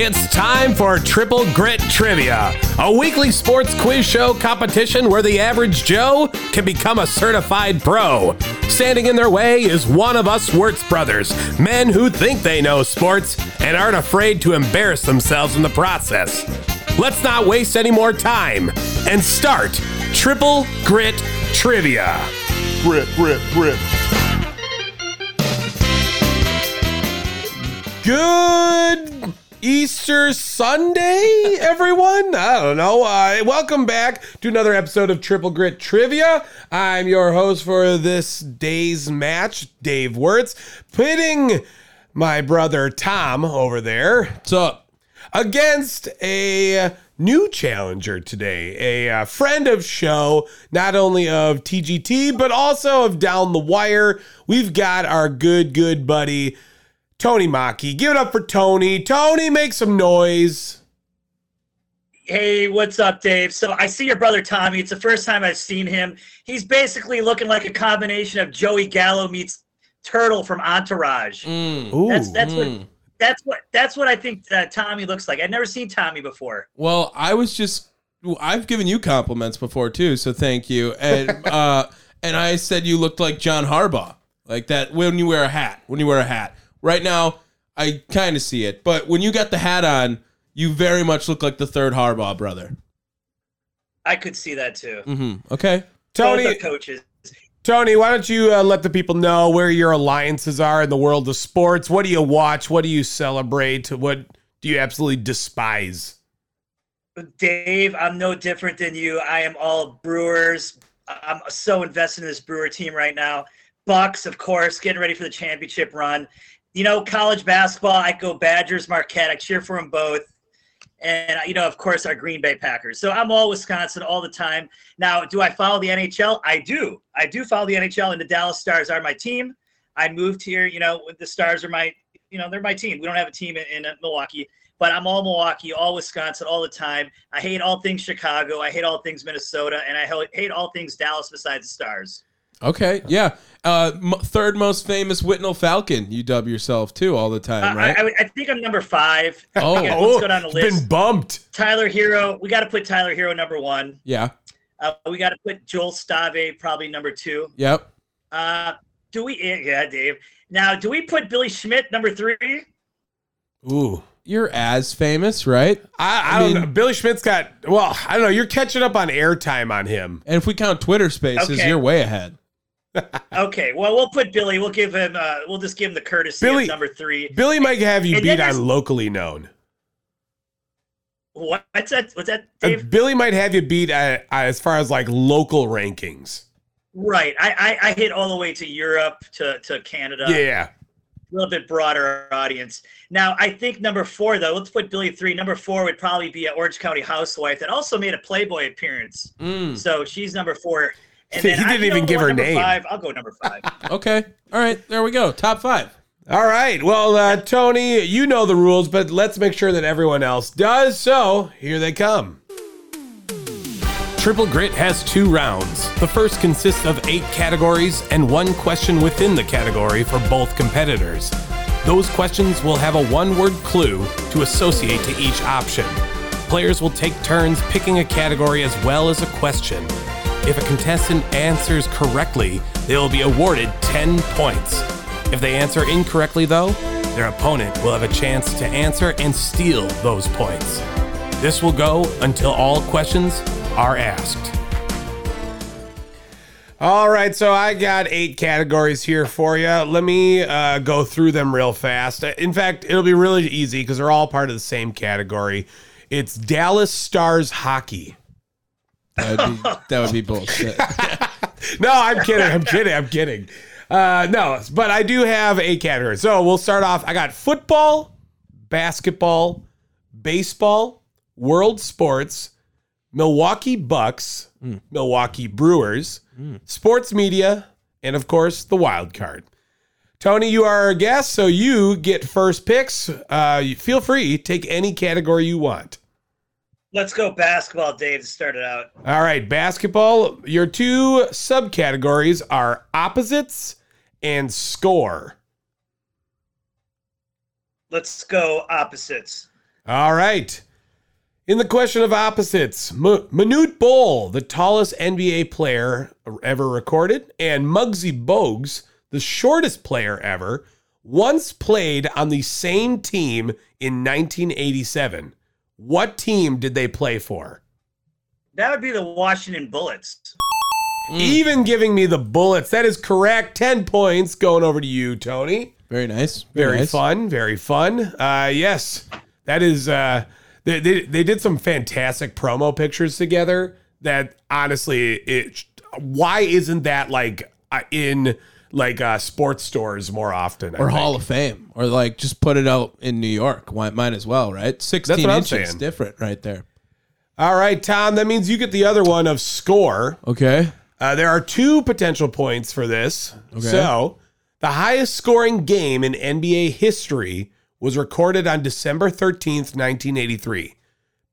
It's time for Triple Grit Trivia, a weekly sports quiz show competition where the average Joe can become a certified pro. Standing in their way is one of us Wertz brothers, men who think they know sports and aren't afraid to embarrass themselves in the process. Let's not waste any more time and start Triple Grit Trivia. Rip, rip, rip. Good Easter Sunday, everyone. I don't know. Uh, welcome back to another episode of Triple Grit Trivia. I'm your host for this day's match, Dave Wirtz, pitting my brother Tom over there What's up? against a new challenger today, a uh, friend of show, not only of TGT, but also of Down the Wire. We've got our good, good buddy, Tony Maki. Give it up for Tony. Tony, make some noise. Hey, what's up, Dave? So I see your brother Tommy. It's the first time I've seen him. He's basically looking like a combination of Joey Gallo meets Turtle from Entourage. Mm, Ooh. That's that's what mm. that's what that's what I think uh, Tommy looks like. I've never seen Tommy before. Well, I was just I've given you compliments before too, so thank you. And uh and I said you looked like John Harbaugh. Like that when you wear a hat. When you wear a hat. Right now, I kind of see it, but when you got the hat on, you very much look like the third Harbaugh brother. I could see that too. Mm-hmm. Okay. Both Tony, are coaches. Tony, why don't you uh, let the people know where your alliances are in the world of sports? What do you watch? What do you celebrate? What do you absolutely despise? Dave, I'm no different than you. I am all Brewers. I- I'm so invested in this Brewer team right now. Bucks, of course, getting ready for the championship run. You know, college basketball, I go Badgers, Marquette. I cheer for them both. And, you know, of course, our Green Bay Packers. So I'm all Wisconsin all the time. Now, do I follow the NHL? I do. I do follow the NHL, and the Dallas Stars are my team. I moved here, you know, the Stars are my, you know, they're my team. We don't have a team in, in Milwaukee but I'm all Milwaukee, all Wisconsin, all the time. I hate all things Chicago. I hate all things Minnesota, and I hate- hate all things Dallas besides the Stars. Okay. Yeah. Uh m- third most famous Whitnell Falcon. You dub yourself too all I- the time, I, right? I, I think I'm number five. Oh. Yeah, let's go down the it's been list. bumped. Tyler Hero. We got to put Tyler Hero number one. yeah. Uh, we got to put Joel Stave probably number two. Yep. Uh, do we? eh, Yeah, Dave. Now, do we put Billy Schmidt number three? Ooh. You're as famous, right? I, I, I don't mean- know. Billy Schmidt's got well, I don't know. You're catching up on airtime on him. And if we count Twitter spaces, Okay. you're way ahead. Okay, well, we'll put Billy. We'll give him. Uh, we'll just give him the courtesy Billy- of number three. Billy might have you And beat then there's- on locally known. What- What's that? What's that, Uh, Dave? Billy might have you beat uh, uh, as far as like local rankings. Right. I, I, I hit all the way to Europe, to, to Canada, yeah. a little bit broader audience. Now, I think number four, though, let's put Billy three. Number four would probably be an Orange County housewife that also made a Playboy appearance. Mm. So she's number four. He didn't I can even only give go her number name. Five. I'll go number five. Okay. All right. There we go. Top five. All right. Well, uh, Tony, you know the rules, but let's make sure that everyone else does. So here they come. Triple Grit has two rounds. The first consists of eight categories and one question within the category for both competitors. Those questions will have a one word clue to associate to each option. Players will take turns picking a category as well as a question. If a contestant answers correctly, they will be awarded 10 points. If they answer incorrectly, though, their opponent will have a chance to answer and steal those points. This will go until all questions are asked. All right, so I got eight categories here for you. Let me uh, go through them real fast. In fact, it'll be really easy because they're all part of the same category. It's Dallas Stars hockey. That would be, that would be bullshit. no, I'm kidding. I'm kidding. I'm kidding. Uh, no, but I do have a category. So we'll start off. I got football, basketball, baseball, world sports, Milwaukee Bucks, Milwaukee Brewers, sports media, and of course the wild card. Tony, you are our guest, so you get first picks. Uh, you- feel free, take any category you want. Let's go basketball, Dave, to start it out. All right, basketball. Your two subcategories are opposites and score. Let's go opposites. All right. In the question of opposites, M- Manute Bol, the tallest NBA player ever recorded, and Muggsy Bogues, the shortest player ever, once played on the same team in 1987. What team did they play for? That would be the Washington Bullets. Even giving me the bullets. That is correct. 10 points going over to you, Tony. Very nice. Very nice. fun. Very fun. Uh, yes, that is. Uh, they, they they did some fantastic promo pictures together. That honestly, it. Why isn't that like uh, in like uh, sports stores more often? I Or think? Hall of Fame, or like just put it out in New York. Why, might as well, right? Sixteen what I'm inches, saying. different, right there. All right, Tom. That means you get the other one of score. Okay. Uh, there are two potential points for this. So, the highest scoring game in NBA history was recorded on December 13th, 1983.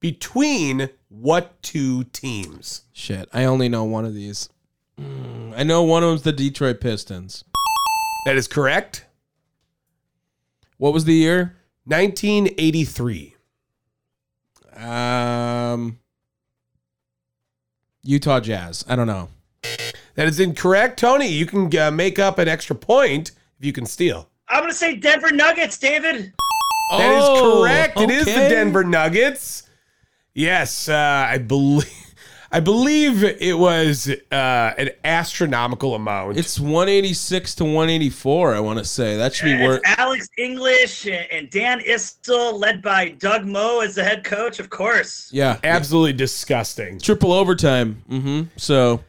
Between what two teams? Shit, I only know one of these. Mm, I know one of them's the Detroit Pistons. That is correct. What was the year? 1983. Um, Utah Jazz. I don't know. That is incorrect. Tony, you can uh, make up an extra point if you can steal. I'm gonna say Denver Nuggets, David. That is Oh, correct. It is the okay. Denver Nuggets. Yes, uh, I believe. I believe it was uh, an astronomical amount. It's 186 to 184. I want to say that should be worth. It's Alex English and and Dan Istel, led by Doug Moe as the head coach, of course. Yeah, absolutely disgusting. triple overtime. Mm-hmm. So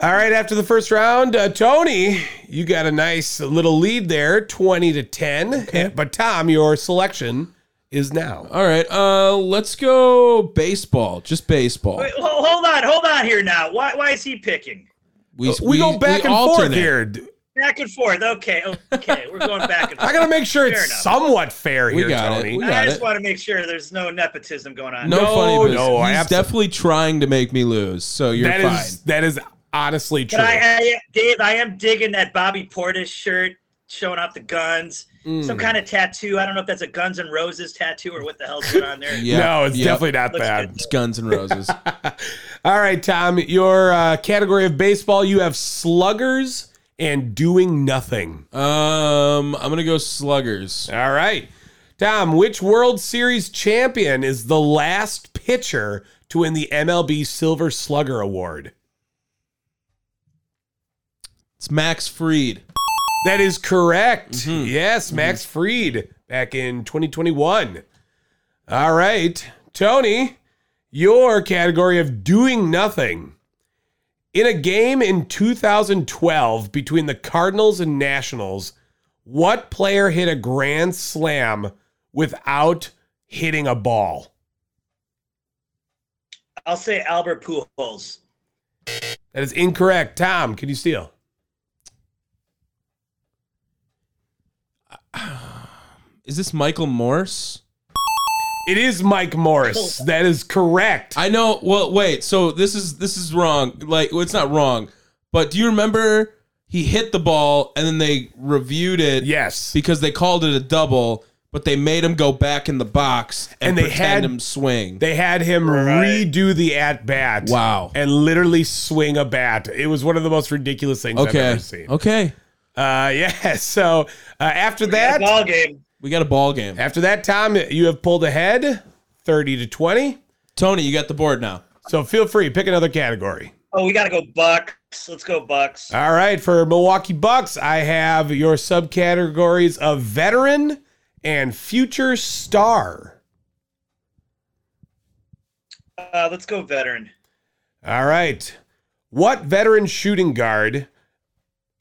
All right, after the first round, uh, Tony, you got a nice little lead there, twenty to ten. But Tom, your selection is now. all right, uh, let's go baseball. Just baseball. Wait, ho- hold on, hold on here now. Why, why is he picking? We, go back we and forth alternate. here. Back and forth. Okay, okay, we're going back and forth. I gotta make sure Fair it's enough. somewhat fair We here, got it. Tony. We I got just it. want to make sure there's no nepotism going on. No, No, funny business. no, I He's abso- definitely trying to make me lose, so you're That is fine. that is honestly true. But I, I, Dave, I am digging that Bobby Portis shirt showing off the guns. Mm. Some kind of tattoo. I don't know if that's a Guns N' Roses tattoo or what the hell's going on there. Yeah, no, it's yeah. definitely not Looks bad. good. It's Guns and Roses. Um, All right, Tom, your uh, category of baseball, you have sluggers and doing nothing. um, I'm gonna go sluggers. All right. Tom, which World Series champion is the last pitcher to win the MLB Silver Slugger Award? It's Max Freed. That is correct. Mm-hmm. Yes, Max Fried back in 2021. All right. Tony, your category of doing nothing. In a game in 2012 between the Cardinals and Nationals, what player hit a grand slam without hitting a ball? I'll say Albert Pujols. That is incorrect. Tom, can you steal? Is this Michael Morse? It is Mike Morris. That is correct. I know. Well, wait. So this is this is wrong. Like well, it's not wrong, but do you remember he hit the ball and then they reviewed it yes. because they called it a double, but they made him go back in the box and, And they pretend had- him swing. They had him Right. redo the at bat. Wow. And literally swing a bat. It was one of the most ridiculous things I've okay. ever seen. Okay. Uh, yeah. So uh, after that, ball game. We got a ball game. after that, Tom, you have pulled ahead, thirty to twenty. Tony, you got the board now. So feel free pick another category. Oh, we gotta go Bucks. Let's go Bucks. All right, for Milwaukee Bucks, I have your subcategories of veteran and future star. Uh, let's go veteran. All right. What veteran shooting guard?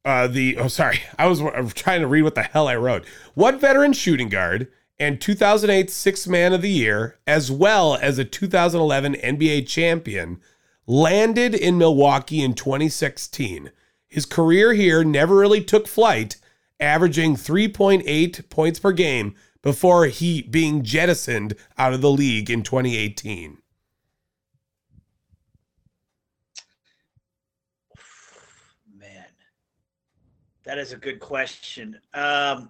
Uh, the oh, sorry, I was, I was trying to read what the hell I wrote. What veteran shooting guard and 2008 Sixth Man of the Year, as well as a 2011 NBA champion, landed in Milwaukee in 2016. His career here never really took flight, averaging 3.8 points per game before he being jettisoned out of the league in 2018. Man, that is a good question. Um,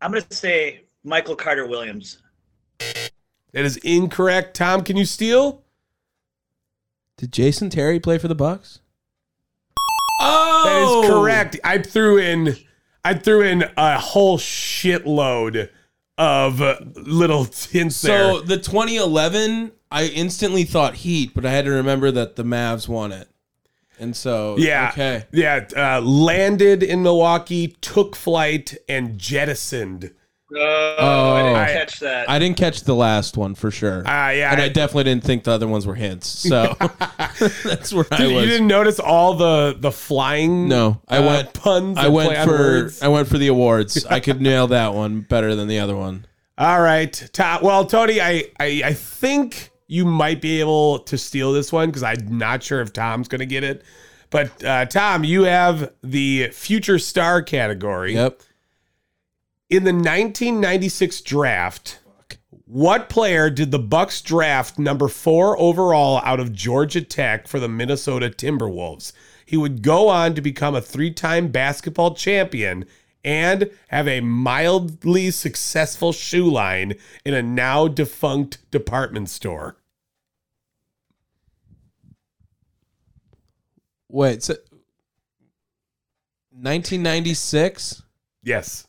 I'm gonna say Michael Carter Williams. That is incorrect. Tom, can you steal? Did Jason Terry play for the Bucks? That Oh, is correct. I threw in I threw in a whole shitload of uh, little hints there. So the 2011, I instantly thought Heat, but I had to remember that the Mavs won it, and so Yeah. okay. Yeah. Uh, landed in Milwaukee, took flight, and jettisoned. Oh, I Oh. didn't I- catch that. I didn't catch the last one for sure, Ah, yeah. and I, I- definitely didn't think the other ones were hints. So that's where I you was. didn't notice all the the flying. no, I uh, went. puns. I and went play on for words? I went for the awards. I could nail that one better than the other one. All right, Ta- well, Tony, I, I I think you might be able to steal this one because I'm not sure if Tom's going to get it. But uh, Tom, you have the future star category. Yep. In the 1996 draft, what player did the Bucks draft number 4 overall out of Georgia Tech for the Minnesota Timberwolves? He would go on to become a three-time basketball champion and have a mildly successful shoe line in a now defunct department store. Wait, so 1996 Yes.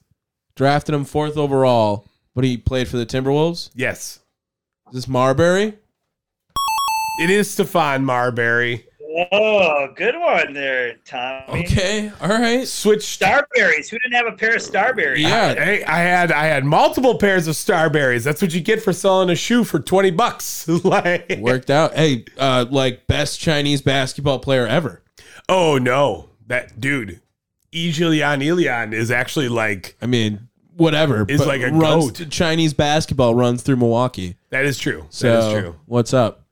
drafted him fourth overall, but he played for the Timberwolves. Yes. Is this Marbury? It is Stefan Marbury. Whoa, Oh, good one there, Oh, Tommy. Okay, all right. Switched Starberries. Who didn't have a pair of starberries? Yeah, Hey, I had I had multiple pairs of starberries. That's what you get for selling a shoe for twenty bucks. like, worked out. Hey, uh, like best Chinese basketball player ever. oh no, that dude, Ijilian Ilian is actually like I mean, whatever. Is but like a runs goat. Chinese basketball runs through Milwaukee. that is true. So that is true. what's up?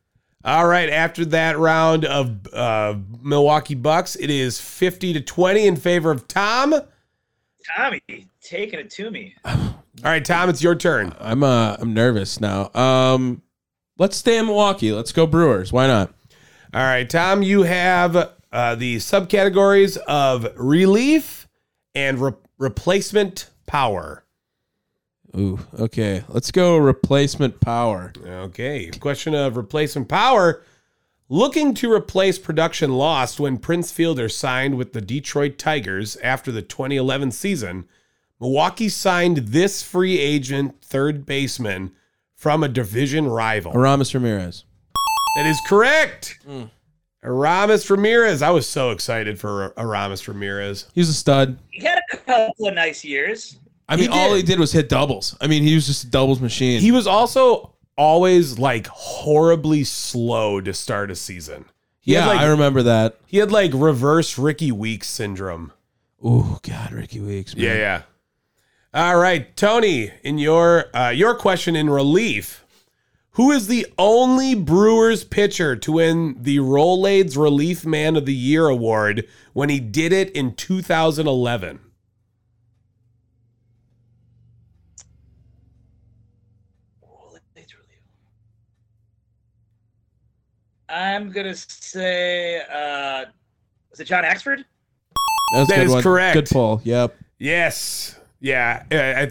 All right, after that round of uh, Milwaukee Bucks, it is fifty to twenty in favor of Tom. All Tommy taking it to me. right, Tom, it's your turn. I'm uh, I'm nervous now. Um, let's stay in Milwaukee. Let's go Brewers. Why not? All right, Tom, you have uh, the subcategories of relief and re- replacement power. Ooh, okay. Let's go replacement power. Okay. Question of replacement power. Looking to replace production lost when Prince Fielder signed with the Detroit Tigers after the 2011 season, Milwaukee signed this free agent third baseman from a division rival. Aramis Ramirez. That is correct. Mm. Aramis Ramirez. I was so excited for Ar- Aramis Ramirez. He's a stud. He had a couple of nice years. I He mean, all did. he did was hit doubles. I mean, he was just a doubles machine. He was also always like horribly slow to start a season. He yeah, had like I remember that. He had like reverse Ricky Weeks syndrome. Oh God, Ricky Weeks. man. yeah. All right, Tony, in your uh, your question in relief, who is the only Brewers pitcher to win the Rolades Relief Man of the Year award when he did it in 2011? I'm gonna say, uh, was it John Axford? That's That good is one. correct. Good pull. Yep. Yes. Yeah, I I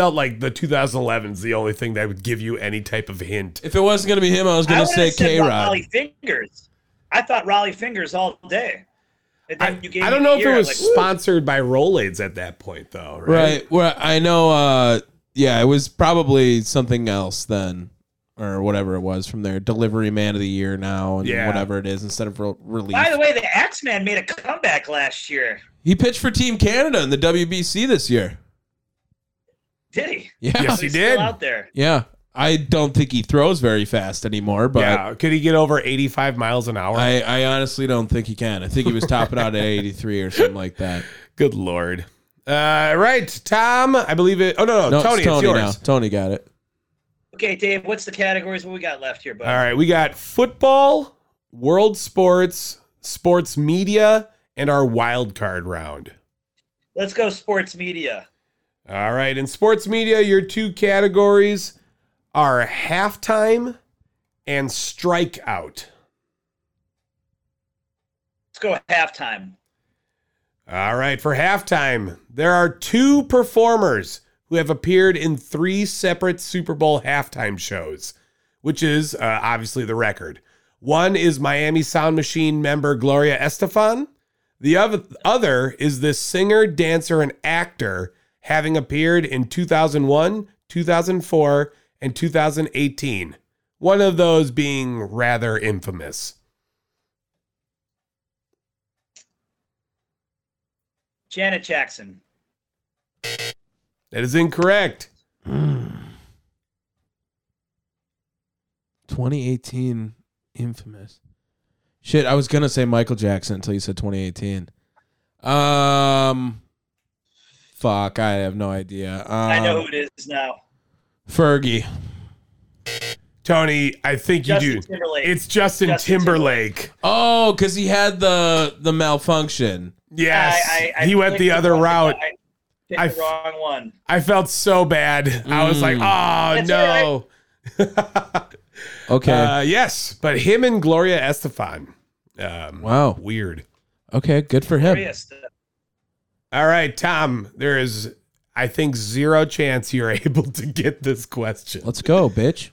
felt like the 2011 is the only thing that would give you any type of hint. If it wasn't gonna be him, I was I gonna would've say said K Rod. Raleigh Fingers. I thought Raleigh Fingers all day. And I, then you gave I me don't the know if it year, was like, woo. sponsored by Rolades at that point, though. Right. Right. Where I know. uh Yeah, it was probably something else then, or whatever it was from there. Delivery Man of the Year now, and Yeah. whatever it is instead of re- relief. By the way, the Axeman made a comeback last year. He pitched for Team Canada in the WBC this year. Did he? Yeah. Yes, So he he's still did. out there. Yeah. I don't think he throws very fast anymore, but yeah. Could he get over 85 miles an hour? I, I honestly don't think he can. I think he was topping out at 83 or something like that. Good lord. Uh, right, Tom. I believe it. Oh no, no, No, Tony, it's Tony it's now. yours. Tony got it. Okay, Dave, what's the categories? What we got left here, bud? All right, we got football, world sports, sports media, and our wild card round. Let's go sports media. All right, in sports media, your two categories are halftime and strikeout. Let's go halftime. All right, for halftime, there are two performers who have appeared in three separate Super Bowl halftime shows. which is uh, obviously the record. One is Miami Sound Machine member Gloria Estefan. The other, other is this singer, dancer, and actor having appeared in 2001, 2004, and 2018. One of those being rather infamous. Janet Jackson. That is incorrect. 2018 infamous. Shit, I was gonna say Michael Jackson until you said 2018. Um, fuck, I have no idea. Um, I know who it is now. Fergie. Tony, I think you Justin do. Timberlake. It's Justin, Justin Timberlake. Oh, because he had the the malfunction. Yes. I- I- I he went picked the other wrong- route. I picked I the wrong one. I felt so bad. I was like, Mm. oh, That's no. Okay. Uh, yes, but him and Gloria Estefan. Um, wow. Weird. Okay. Good for him. Curious. All right, Tom, there is, I think, zero chance you're able to get this question. Let's go, bitch.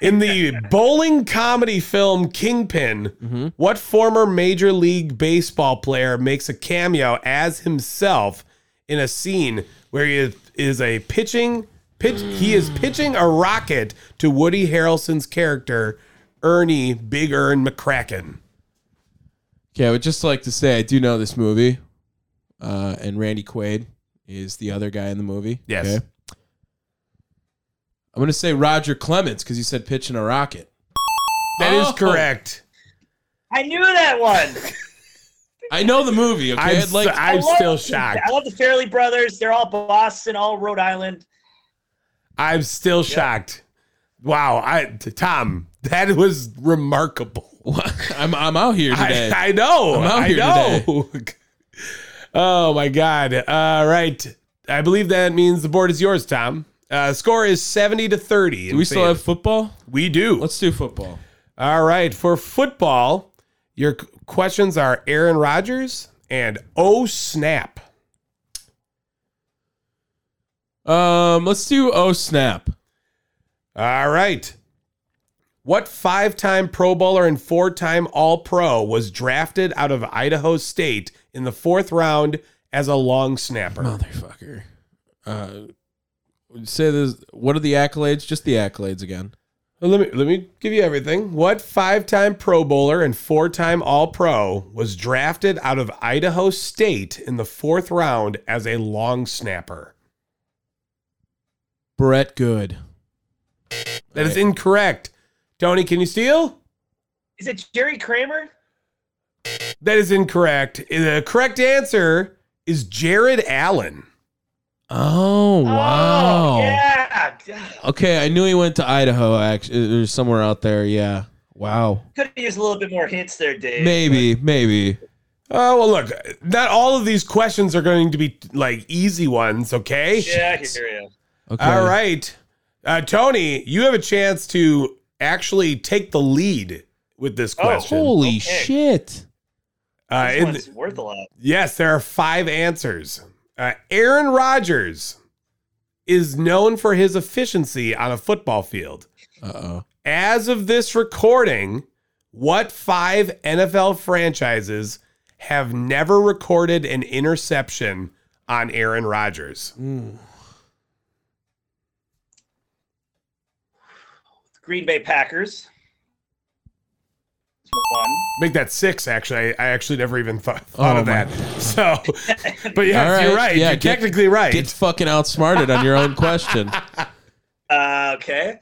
In the bowling comedy film Kingpin, Mhm. what former Major League Baseball player makes a cameo as himself in a scene where he is, is a pitching pitch he is pitching a rocket to Woody Harrelson's character Ernie Big Earn McCracken? Okay, I would just like to say I do know this movie, uh, and Randy Quaid is the other guy in the movie. Yes. Okay. I'm gonna say Roger Clements because you said pitching a rocket. That is Oh. correct. I knew that one. I know the movie. Okay, I'm, I'd like s- I'm I love- still shocked. I love the Fairley brothers. They're all Boston, all Rhode Island. I'm still shocked. Wow, I t- Tom, that was remarkable. I'm I'm out here today. I, I know. I'm out I here know. oh my god. All right. I believe that means the board is yours, Tom. Uh, score is 70 to 30. do we still have football? We do. Let's do football. All right, for football, your c- questions are Aaron Rodgers and oh snap. Um, let's do oh snap. All right. What five time Pro Bowler and four time All Pro was drafted out of Idaho State in the fourth round as a long snapper? Motherfucker. Uh, say this. What are the accolades? Just the accolades again. Well, let me let me give you everything. What five-time Pro Bowler and four-time All-Pro was drafted out of Idaho State in the fourth round as a long snapper? Brett Good. That is incorrect. Tony, can you steal? Is it Jerry Kramer? That is incorrect. The correct answer is Jared Allen. Oh wow. Oh, yeah. God, Okay, I knew he went to Idaho. Actually, or somewhere out there. Yeah. Wow. Could have used a little bit more hints there, Dave. Maybe. Maybe. Oh well, look. Not all of these questions are going to be like easy ones. Okay. Yeah, I hear you. Okay. All right. Uh, Tony, you have a chance to actually take the lead with this Oh. question. Holy Okay. shit. uh, This in- one's worth a lot. yes, there are five answers. Uh, Aaron Rodgers is known for his efficiency on a football field. Uh oh. As of this recording, what five NFL franchises have never recorded an interception on Aaron Rodgers? Green Bay Packers. One. Make that six, actually. I, I actually never even thought, thought Oh, of my that. So, but yeah, All right, you're right. yeah, you're get- technically right. Get fucking outsmarted on your own question. Uh, okay.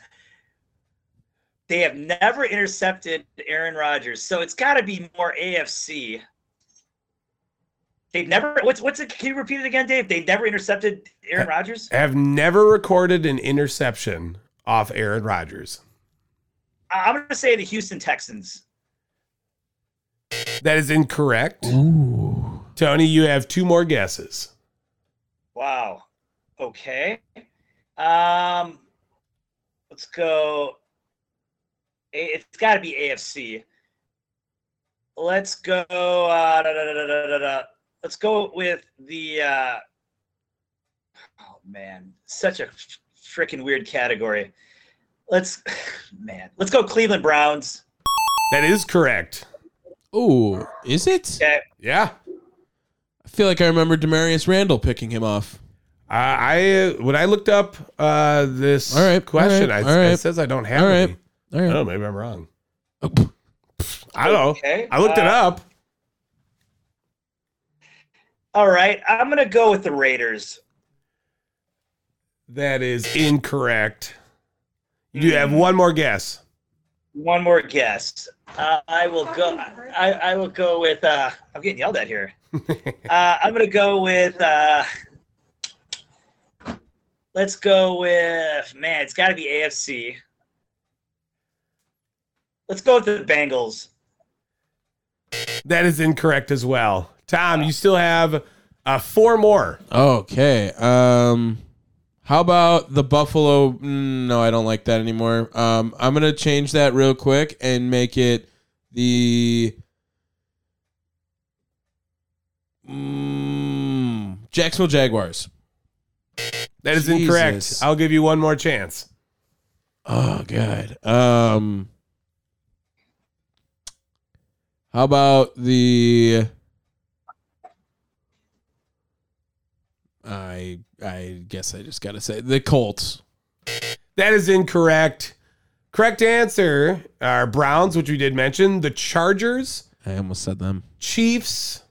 They have never intercepted Aaron Rodgers, so it's got to be more AFC. They've never. What's what's it? Can you repeat it again, Dave? They never intercepted Uh, Aaron Rodgers. have never recorded an interception off Aaron Rodgers. I- I'm gonna say the Houston Texans. That is incorrect. Ooh. Tony, you have two more guesses. Wow. Okay. Um, let's go. A- It's got to be AFC. Let's go. Uh, da, da, da, da, da, da, da. Let's go with the. Uh, oh man, such a freaking weird category. Let's, man, let's go Cleveland Browns. That is correct. Oh, is it? Okay. Yeah. I feel like I remember Demarius Randall picking him off. I I- when I looked up uh, this All right, question, all right, I, all it right. says I don't have All right. any. All I right. don't know, maybe I'm wrong. Oh, I don't know. Okay. I looked it Uh, up. All right. I'm going to go with the Raiders. That is incorrect. You do have one more guess. One more guess. Uh, I will go. I, I will go with. Uh, I'm getting yelled at here. Uh, I'm gonna go with. Uh, let's go with. Man, it's got to be AFC. Let's go with the Bengals. That is incorrect as well. Tom, you still have uh, four more. Okay. Um, how about the Buffalo? mm, No, I don't like that anymore. Um, I'm gonna change that real quick and make it the mm, Jacksonville Jaguars. That is incorrect. Jesus. I'll give you one more chance. Oh god. Um, how about the? I I guess I just gotta say the Colts. That is incorrect. Correct answer are Browns, which we did mention, the Chargers, I almost said them. Chiefs,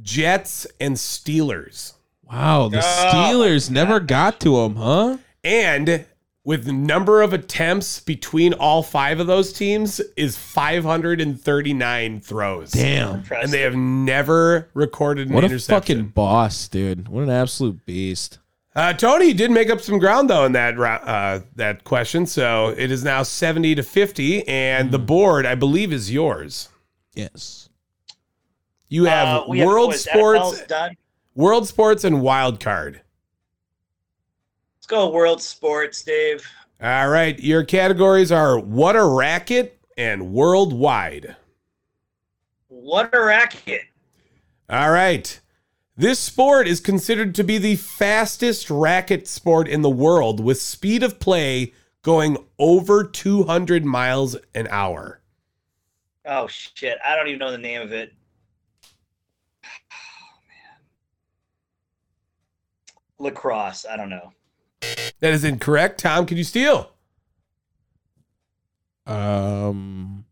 Jets, and Steelers. Wow, the Oh. Steelers never got to him, huh? And with the number of attempts between all five of those teams is 539 throws. Damn. And they have never recorded an What a interception. fucking boss, dude. What an absolute beast. Uh, Tony did make up some ground though in that rou- uh, that question, so it is now seventy to fifty, and the board I believe is yours. Yes. You have Uh, we world what is sports, NFL's done. world sports, and wild card. Let's go world sports, Dave. All right, your categories are what a racket and worldwide. What a racket! All right. This sport is considered to be the fastest racket sport in the world, with speed of play going over 200 miles an hour. Oh shit! I don't even know the name of it. Oh, man. Lacrosse. I don't know. That is incorrect. Tom, can you steal? Um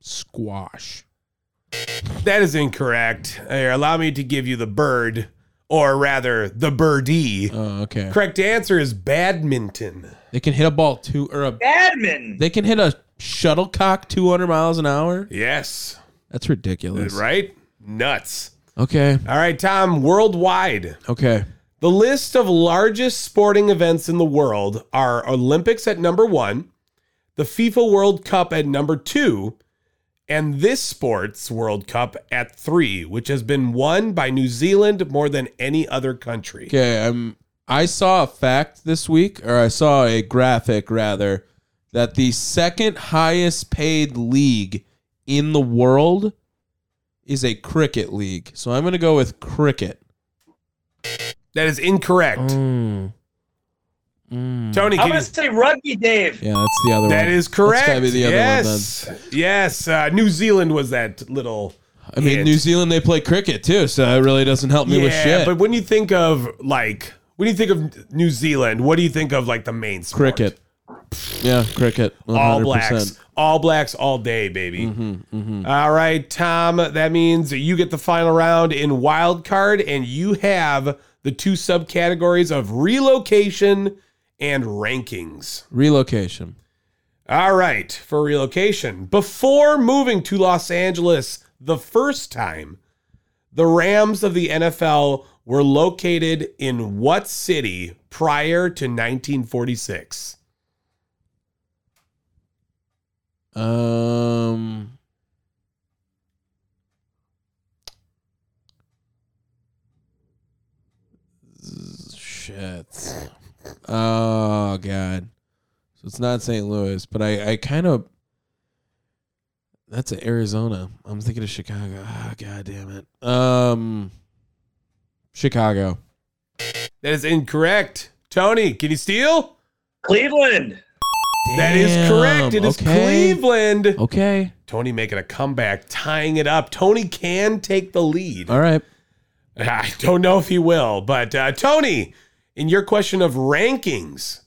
squash. That is incorrect. Here, allow me to give you the bird, or rather, the birdie. Oh, okay. Correct answer is badminton. They can hit a ball two or a Badminton. they can hit a shuttlecock 200 miles an hour. Yes. That's ridiculous. Right? Nuts. Okay. All right, Tom, worldwide. Okay. The list of largest sporting events in the world are Olympics at number one, the FIFA World Cup at number two, and this sports World Cup at three, which has been won by New Zealand more than any other country. Okay, um, I saw a fact this week, or I saw a graphic rather, that the second highest paid league in the world is a cricket league. So I'm gonna go with cricket. That is incorrect. Mm. Tony, I'm can you, gonna say rugby, Dave. Yeah, that's the other that one. is That's correct. gotta be the other one, yes, yes. Uh, New Zealand was that little. I mean, it. New Zealand they play cricket too, so it really doesn't help me with yeah, shit. but when you think of like when you think of New Zealand, what do you think of like the main sport? cricket. Yeah, cricket. 100%. All blacks, all blacks, all day, baby. Mm-hmm. All right, Tom. That means you get the final round in wild card, and you have the two subcategories of relocation and rankings. Relocation. All right, for relocation. Before moving to Los Angeles the first time, the Rams of the NFL were located in what city prior to 1946? Um. Shit. Oh god. So it's not St. Louis, but I I kind of. That's a Arizona. I'm thinking of Chicago. Ah, god damn it. Um. Chicago. That is incorrect. Tony, can you steal? Cleveland. That is correct. It is Cleveland. Okay. Tony making a comeback, tying it up. Tony can take the lead. All right. I don't know if he will, but uh, Tony, in your question of rankings,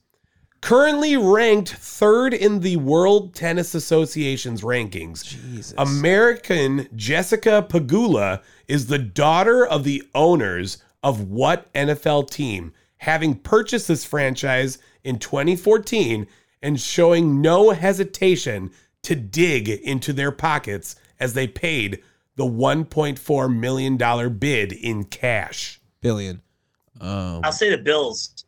currently ranked third in the World Tennis Association's rankings, Jesus. American Jessica Pagula is the daughter of the owners of what NFL team, having purchased this franchise in 2014 and showing no hesitation to dig into their pockets as they paid the $1.4 million bid in cash. Billion. Um, I'll say the Bills.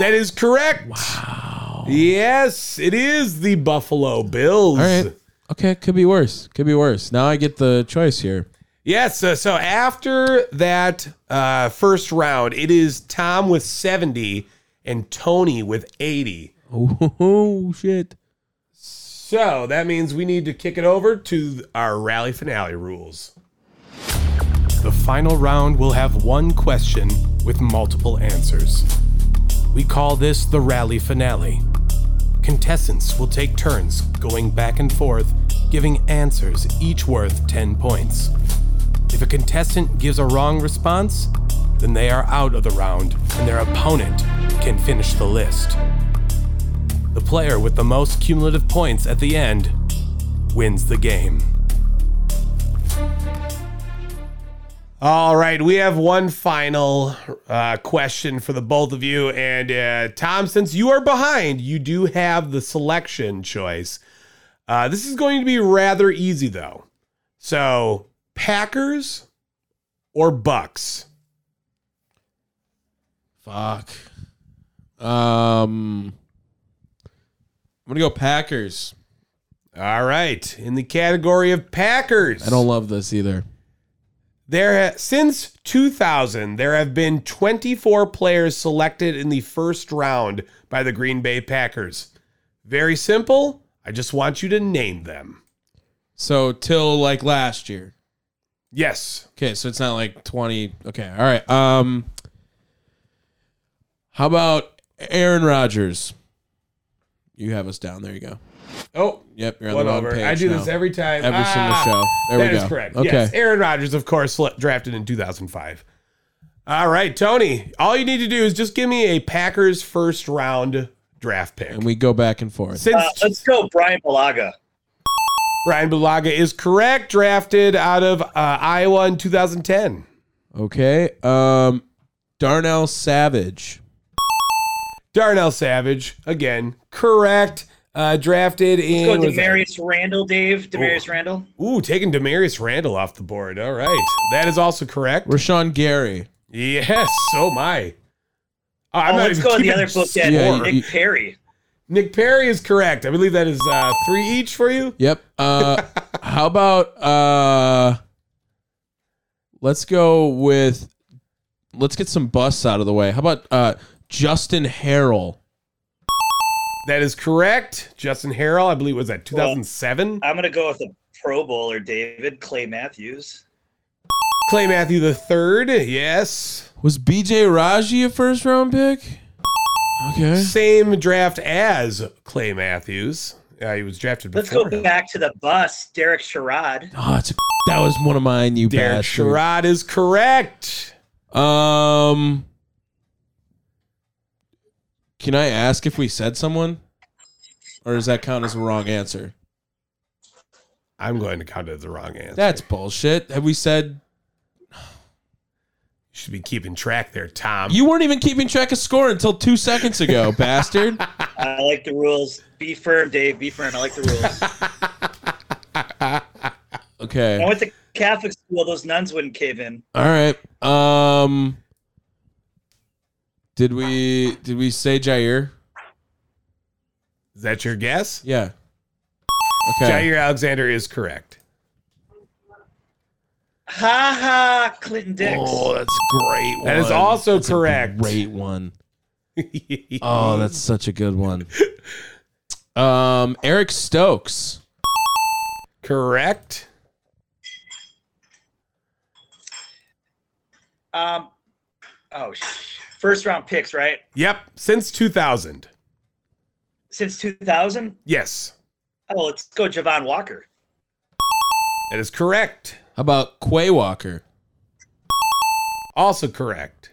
That is correct. wow. Yes, it is the Buffalo Bills. All right. Okay. Could be worse. Could be worse. Now I get the choice here. Yes. So, so after that uh, first round, it is Tom with 70 and Tony with 80. Oh shit. So that means we need to kick it over to our rally finale rules. The final round will have one question with multiple answers. We call this the rally finale. Contestants will take turns going back and forth, giving answers each worth 10 points. If a contestant gives a wrong response, then they are out of the round and their opponent can finish the list. The player with the most cumulative points at the end wins the game. All right, we have one final uh, question for the both of you. And uh, Tom, since you are behind, you do have the selection choice. Uh, this is going to be rather easy, though. So, Packers or Bucks? Fuck. Um. I'm gonna go Packers. All right, in the category of Packers. I don't love this either. There ha- since 2000, there have been 24 players selected in the first round by the Green Bay Packers. Very simple. I just want you to name them. So till like last year. Yes. Okay, so it's not like 20. Okay, all right. Um How about Aaron Rodgers? You have us down. There you go. Oh, Yep, you're on one the wrong over. page. I do now. this every time. Every single Ah, show. There we that go. is correct. Okay. Yes. Aaron Rodgers, of course, le- drafted in 2005. All right, Tony. All you need to do is just give me a Packers first round draft pick. And we go back and forth. since Uh, let's go Brian Balaga. Brian Bulaga is correct, drafted out of uh, Iowa in 2010. Okay. Um Darnell Savage. Darnell Savage, again, correct, uh, drafted in. Let's go was it- Demarius Randall, Dave. Demarius Randall. Ooh, taking Demarius Randall off the board. All right. That is also correct. Rashawn Gary. Yes, so my. Oh, I'm Oh, not let's even go to the keeping other book then. Yeah, Nick you- Perry. Nick Perry is correct. I believe that is uh, three each for you. Yep. Uh how about uh Let's go with Let's get some busts out of the way. How about uh Justin Harrell? That is correct. Justin Harrell, I believe, was that 2007? I'm gonna go with the Pro Bowler, David Clay Matthews. Clay Matthew the third. Yes. Was BJ Raji a first round pick? Okay. Same draft as Clay Matthews. Uh, he was drafted Let's before. go him. back to the bus, Derek Sherrod. Oh, it's that was one of mine, you Derek bastard. Sherrod is correct. Um Can I ask if we said someone? Or does that count as a wrong answer? I'm going to count it as the wrong answer. That's bullshit. Have we said You should be keeping track there, Tom. you weren't even keeping track of score until two seconds ago, bastard? I like the rules. Be firm, Dave. Be firm. I like the rules. I Okay. went to Catholic school. Those nuns wouldn't cave in. All right. Um Did we did we say Jair? is that your guess? Yeah. Okay. Jair Alexander is correct. Ha ha, Clinton Dix. that's a great. That is also correct. great one. Oh, that's such a good one. Um, Eric Stokes. correct. Um, oh, sh- first round picks, right? Yep, since 2000. since 2000? Yes, Oh, let's go Javon Walker. that is correct. How about Quay Walker? Also correct.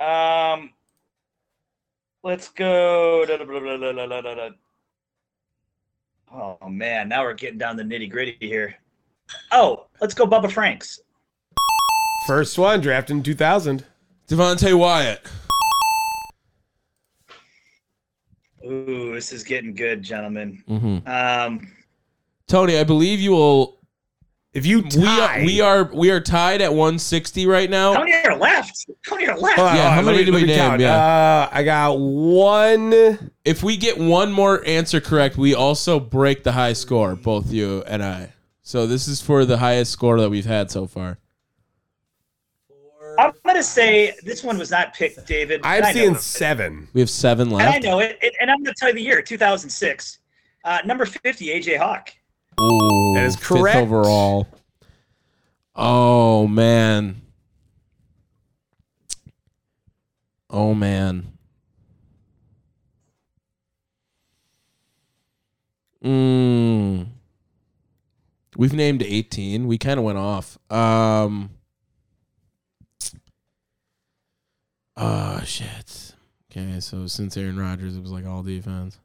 Um, let's go. da- da- blah, blah, blah, blah, blah, blah, blah. Oh man, now we're getting down the nitty gritty here. Oh, let's go Bubba Franks. First one drafted in 2000. Devontae Wyatt. Ooh, this is getting good, gentlemen. Mm-hmm. Um, Tony, I believe you will. If you We are, tie, we are we are tied at 160 right how now. many are left? How many are left? Hold on, Yeah, hold on, how let many me- did let we me name? count. Yeah. Uh, I got one. If we get one more answer correct, we also break the high score, both you and I. So this is for the highest score that we've had so far. I'm gonna say this one was not picked, David. and I I'm know seeing it. seven. We have seven and I left. know it, it- and I'm gonna tell you the year 2006. Uh, number 50, AJ Hawk. Ooh, That is fifth correct. overall. Oh man. Oh man. Mm. We've named 18. We kind of went off. Um Oh shit. Okay, so since Aaron Rodgers it was like all defense.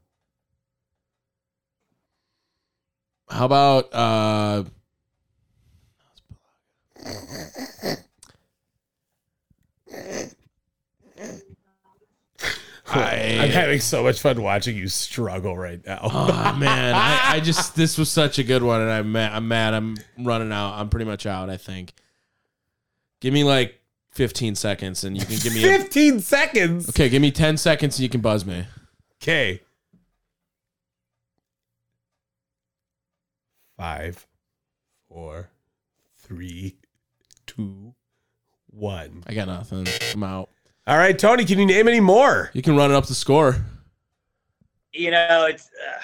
How about uh I'm having so much fun watching you struggle right now. Oh man, I, I just this was such a good one, and I'm mad, I'm mad. I'm running out. I'm pretty much out. I think. Give me like 15 seconds, and you can give me. A, 15 seconds. okay, give me 10 seconds, and you can buzz me. Okay. Five, four, three, two, one. I got nothing. I'm out. All right, Tony, can you name any more? You can run it up the score. You know, it's uh,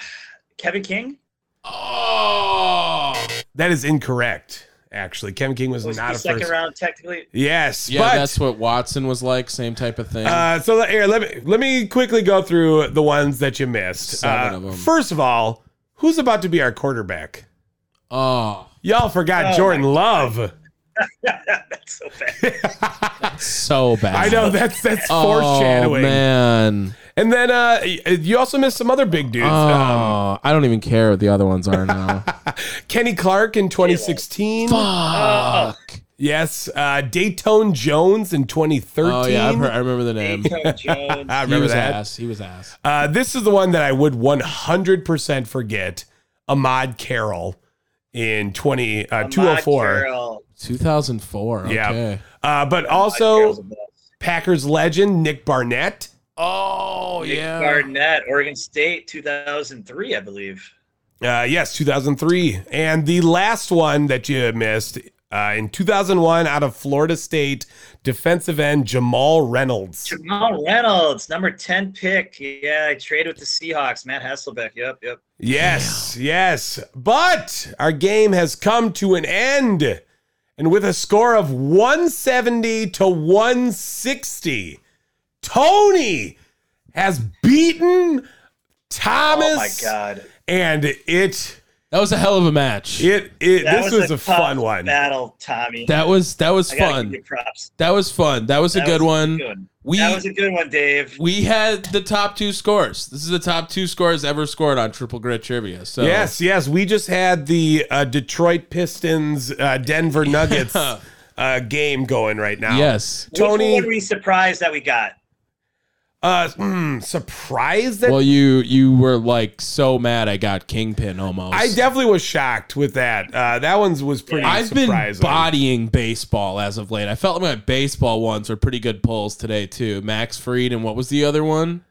Kevin King. Oh, That is incorrect, actually. Kevin King was, It was not the a second first. round technically. Yes, yeah, but that's what Watson was like. Same type of thing. Uh, so let- here, let me let me quickly go through the ones that you missed. Seven Uh, of 'em. First of all, who's about to be our quarterback? oh, Y'all forgot Oh Jordan Love. That's so bad. so bad. I know that's that's Oh foreshadowing. man. And then uh, y- you also missed some other big dudes. Oh, I don't even care what the other ones are now. Um, Kenny Clark in 2016. Fuck. Yes, uh, Dayton Jones in 2013. Oh yeah, I, I remember the Um, name. Dayton Jones. I he remember was that. ass. He was ass. Uh, this is the one that I would 100% forget. Ahmad Carroll in 20 uh, Ahmad 204. Carroll. 2004. Okay. Yeah. Uh, but also Packers legend Nick Barnett. Oh Nick Barnett, Oregon State, 2003, I believe. Uh, yes, 2003. And the last one that you missed uh, in 2001 out of Florida State, defensive end Jamal Reynolds. Jamal Reynolds, number 10 pick. Yeah, I traded with the Seahawks. Matt Hasselbeck. Yep, yep. Yes, yes. But our game has come to an end. And with a score of 170 to 160, Tony has beaten Thomas. Oh my God. And it. That was a hell of a match. It, it That this was, a, tough fun one. Battle, Tommy. That was that was I gotta give fun. you props. That was fun. That was a That good was one. Good. We that was a good one, Dave. we had the top two scores. This is the top two scores ever scored on Triple Grit Trivia. So Yes, yes. We just had the uh, Detroit Pistons uh, Denver Nuggets Yeah. uh, game going right now. yes. Tony- Which one were we surprised that we got? Uh, mm, surprised that Well, you you were like so mad. I got Kingpin almost. I definitely was shocked with that. Uh, that one's was pretty. I've surprising. been bodying baseball as of late. I felt like my baseball ones were pretty good pulls today too. Max Freed and what was the other one?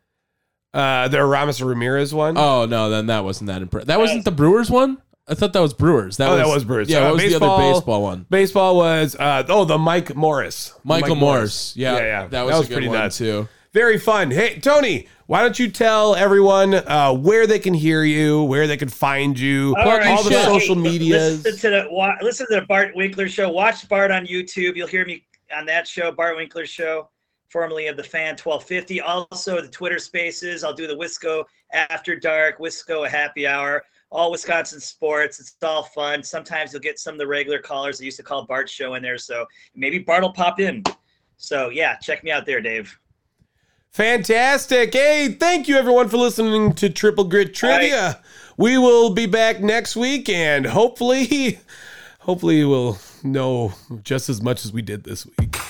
uh, the Ramos Ramirez one. Oh no, then that wasn't that impressive. That wasn't the Brewers one. I thought that was Brewers. That Oh, was, that was Brewers. Yeah, Uh, what was the baseball- other baseball one? Baseball was uh, oh the Mike Morris, Michael Mike Morris. Yeah, Yeah, yeah. That was, a good pretty one nuts. too. Very fun. Hey Tony, why don't you tell everyone uh, where they can hear you, where they can find you, All right, all the shit. social Hey, medias. Listen to the wa- listen to the Bart Winkler show. Watch Bart on YouTube. You'll hear me on that show, Bart Winkler show. formerly of the Fan 1250. Also, the Twitter Spaces. I'll do the Wisco After Dark, Wisco Happy Hour, all Wisconsin sports. It's all fun. Sometimes you'll get some of the regular callers that used to call Bart Show in there. So maybe Bart will pop in. So yeah, check me out there, Dave. Fantastic. Hey, thank you everyone for listening to Triple Grit Trivia. We will be back next week and hopefully hopefully we'll know just as much as we did this week.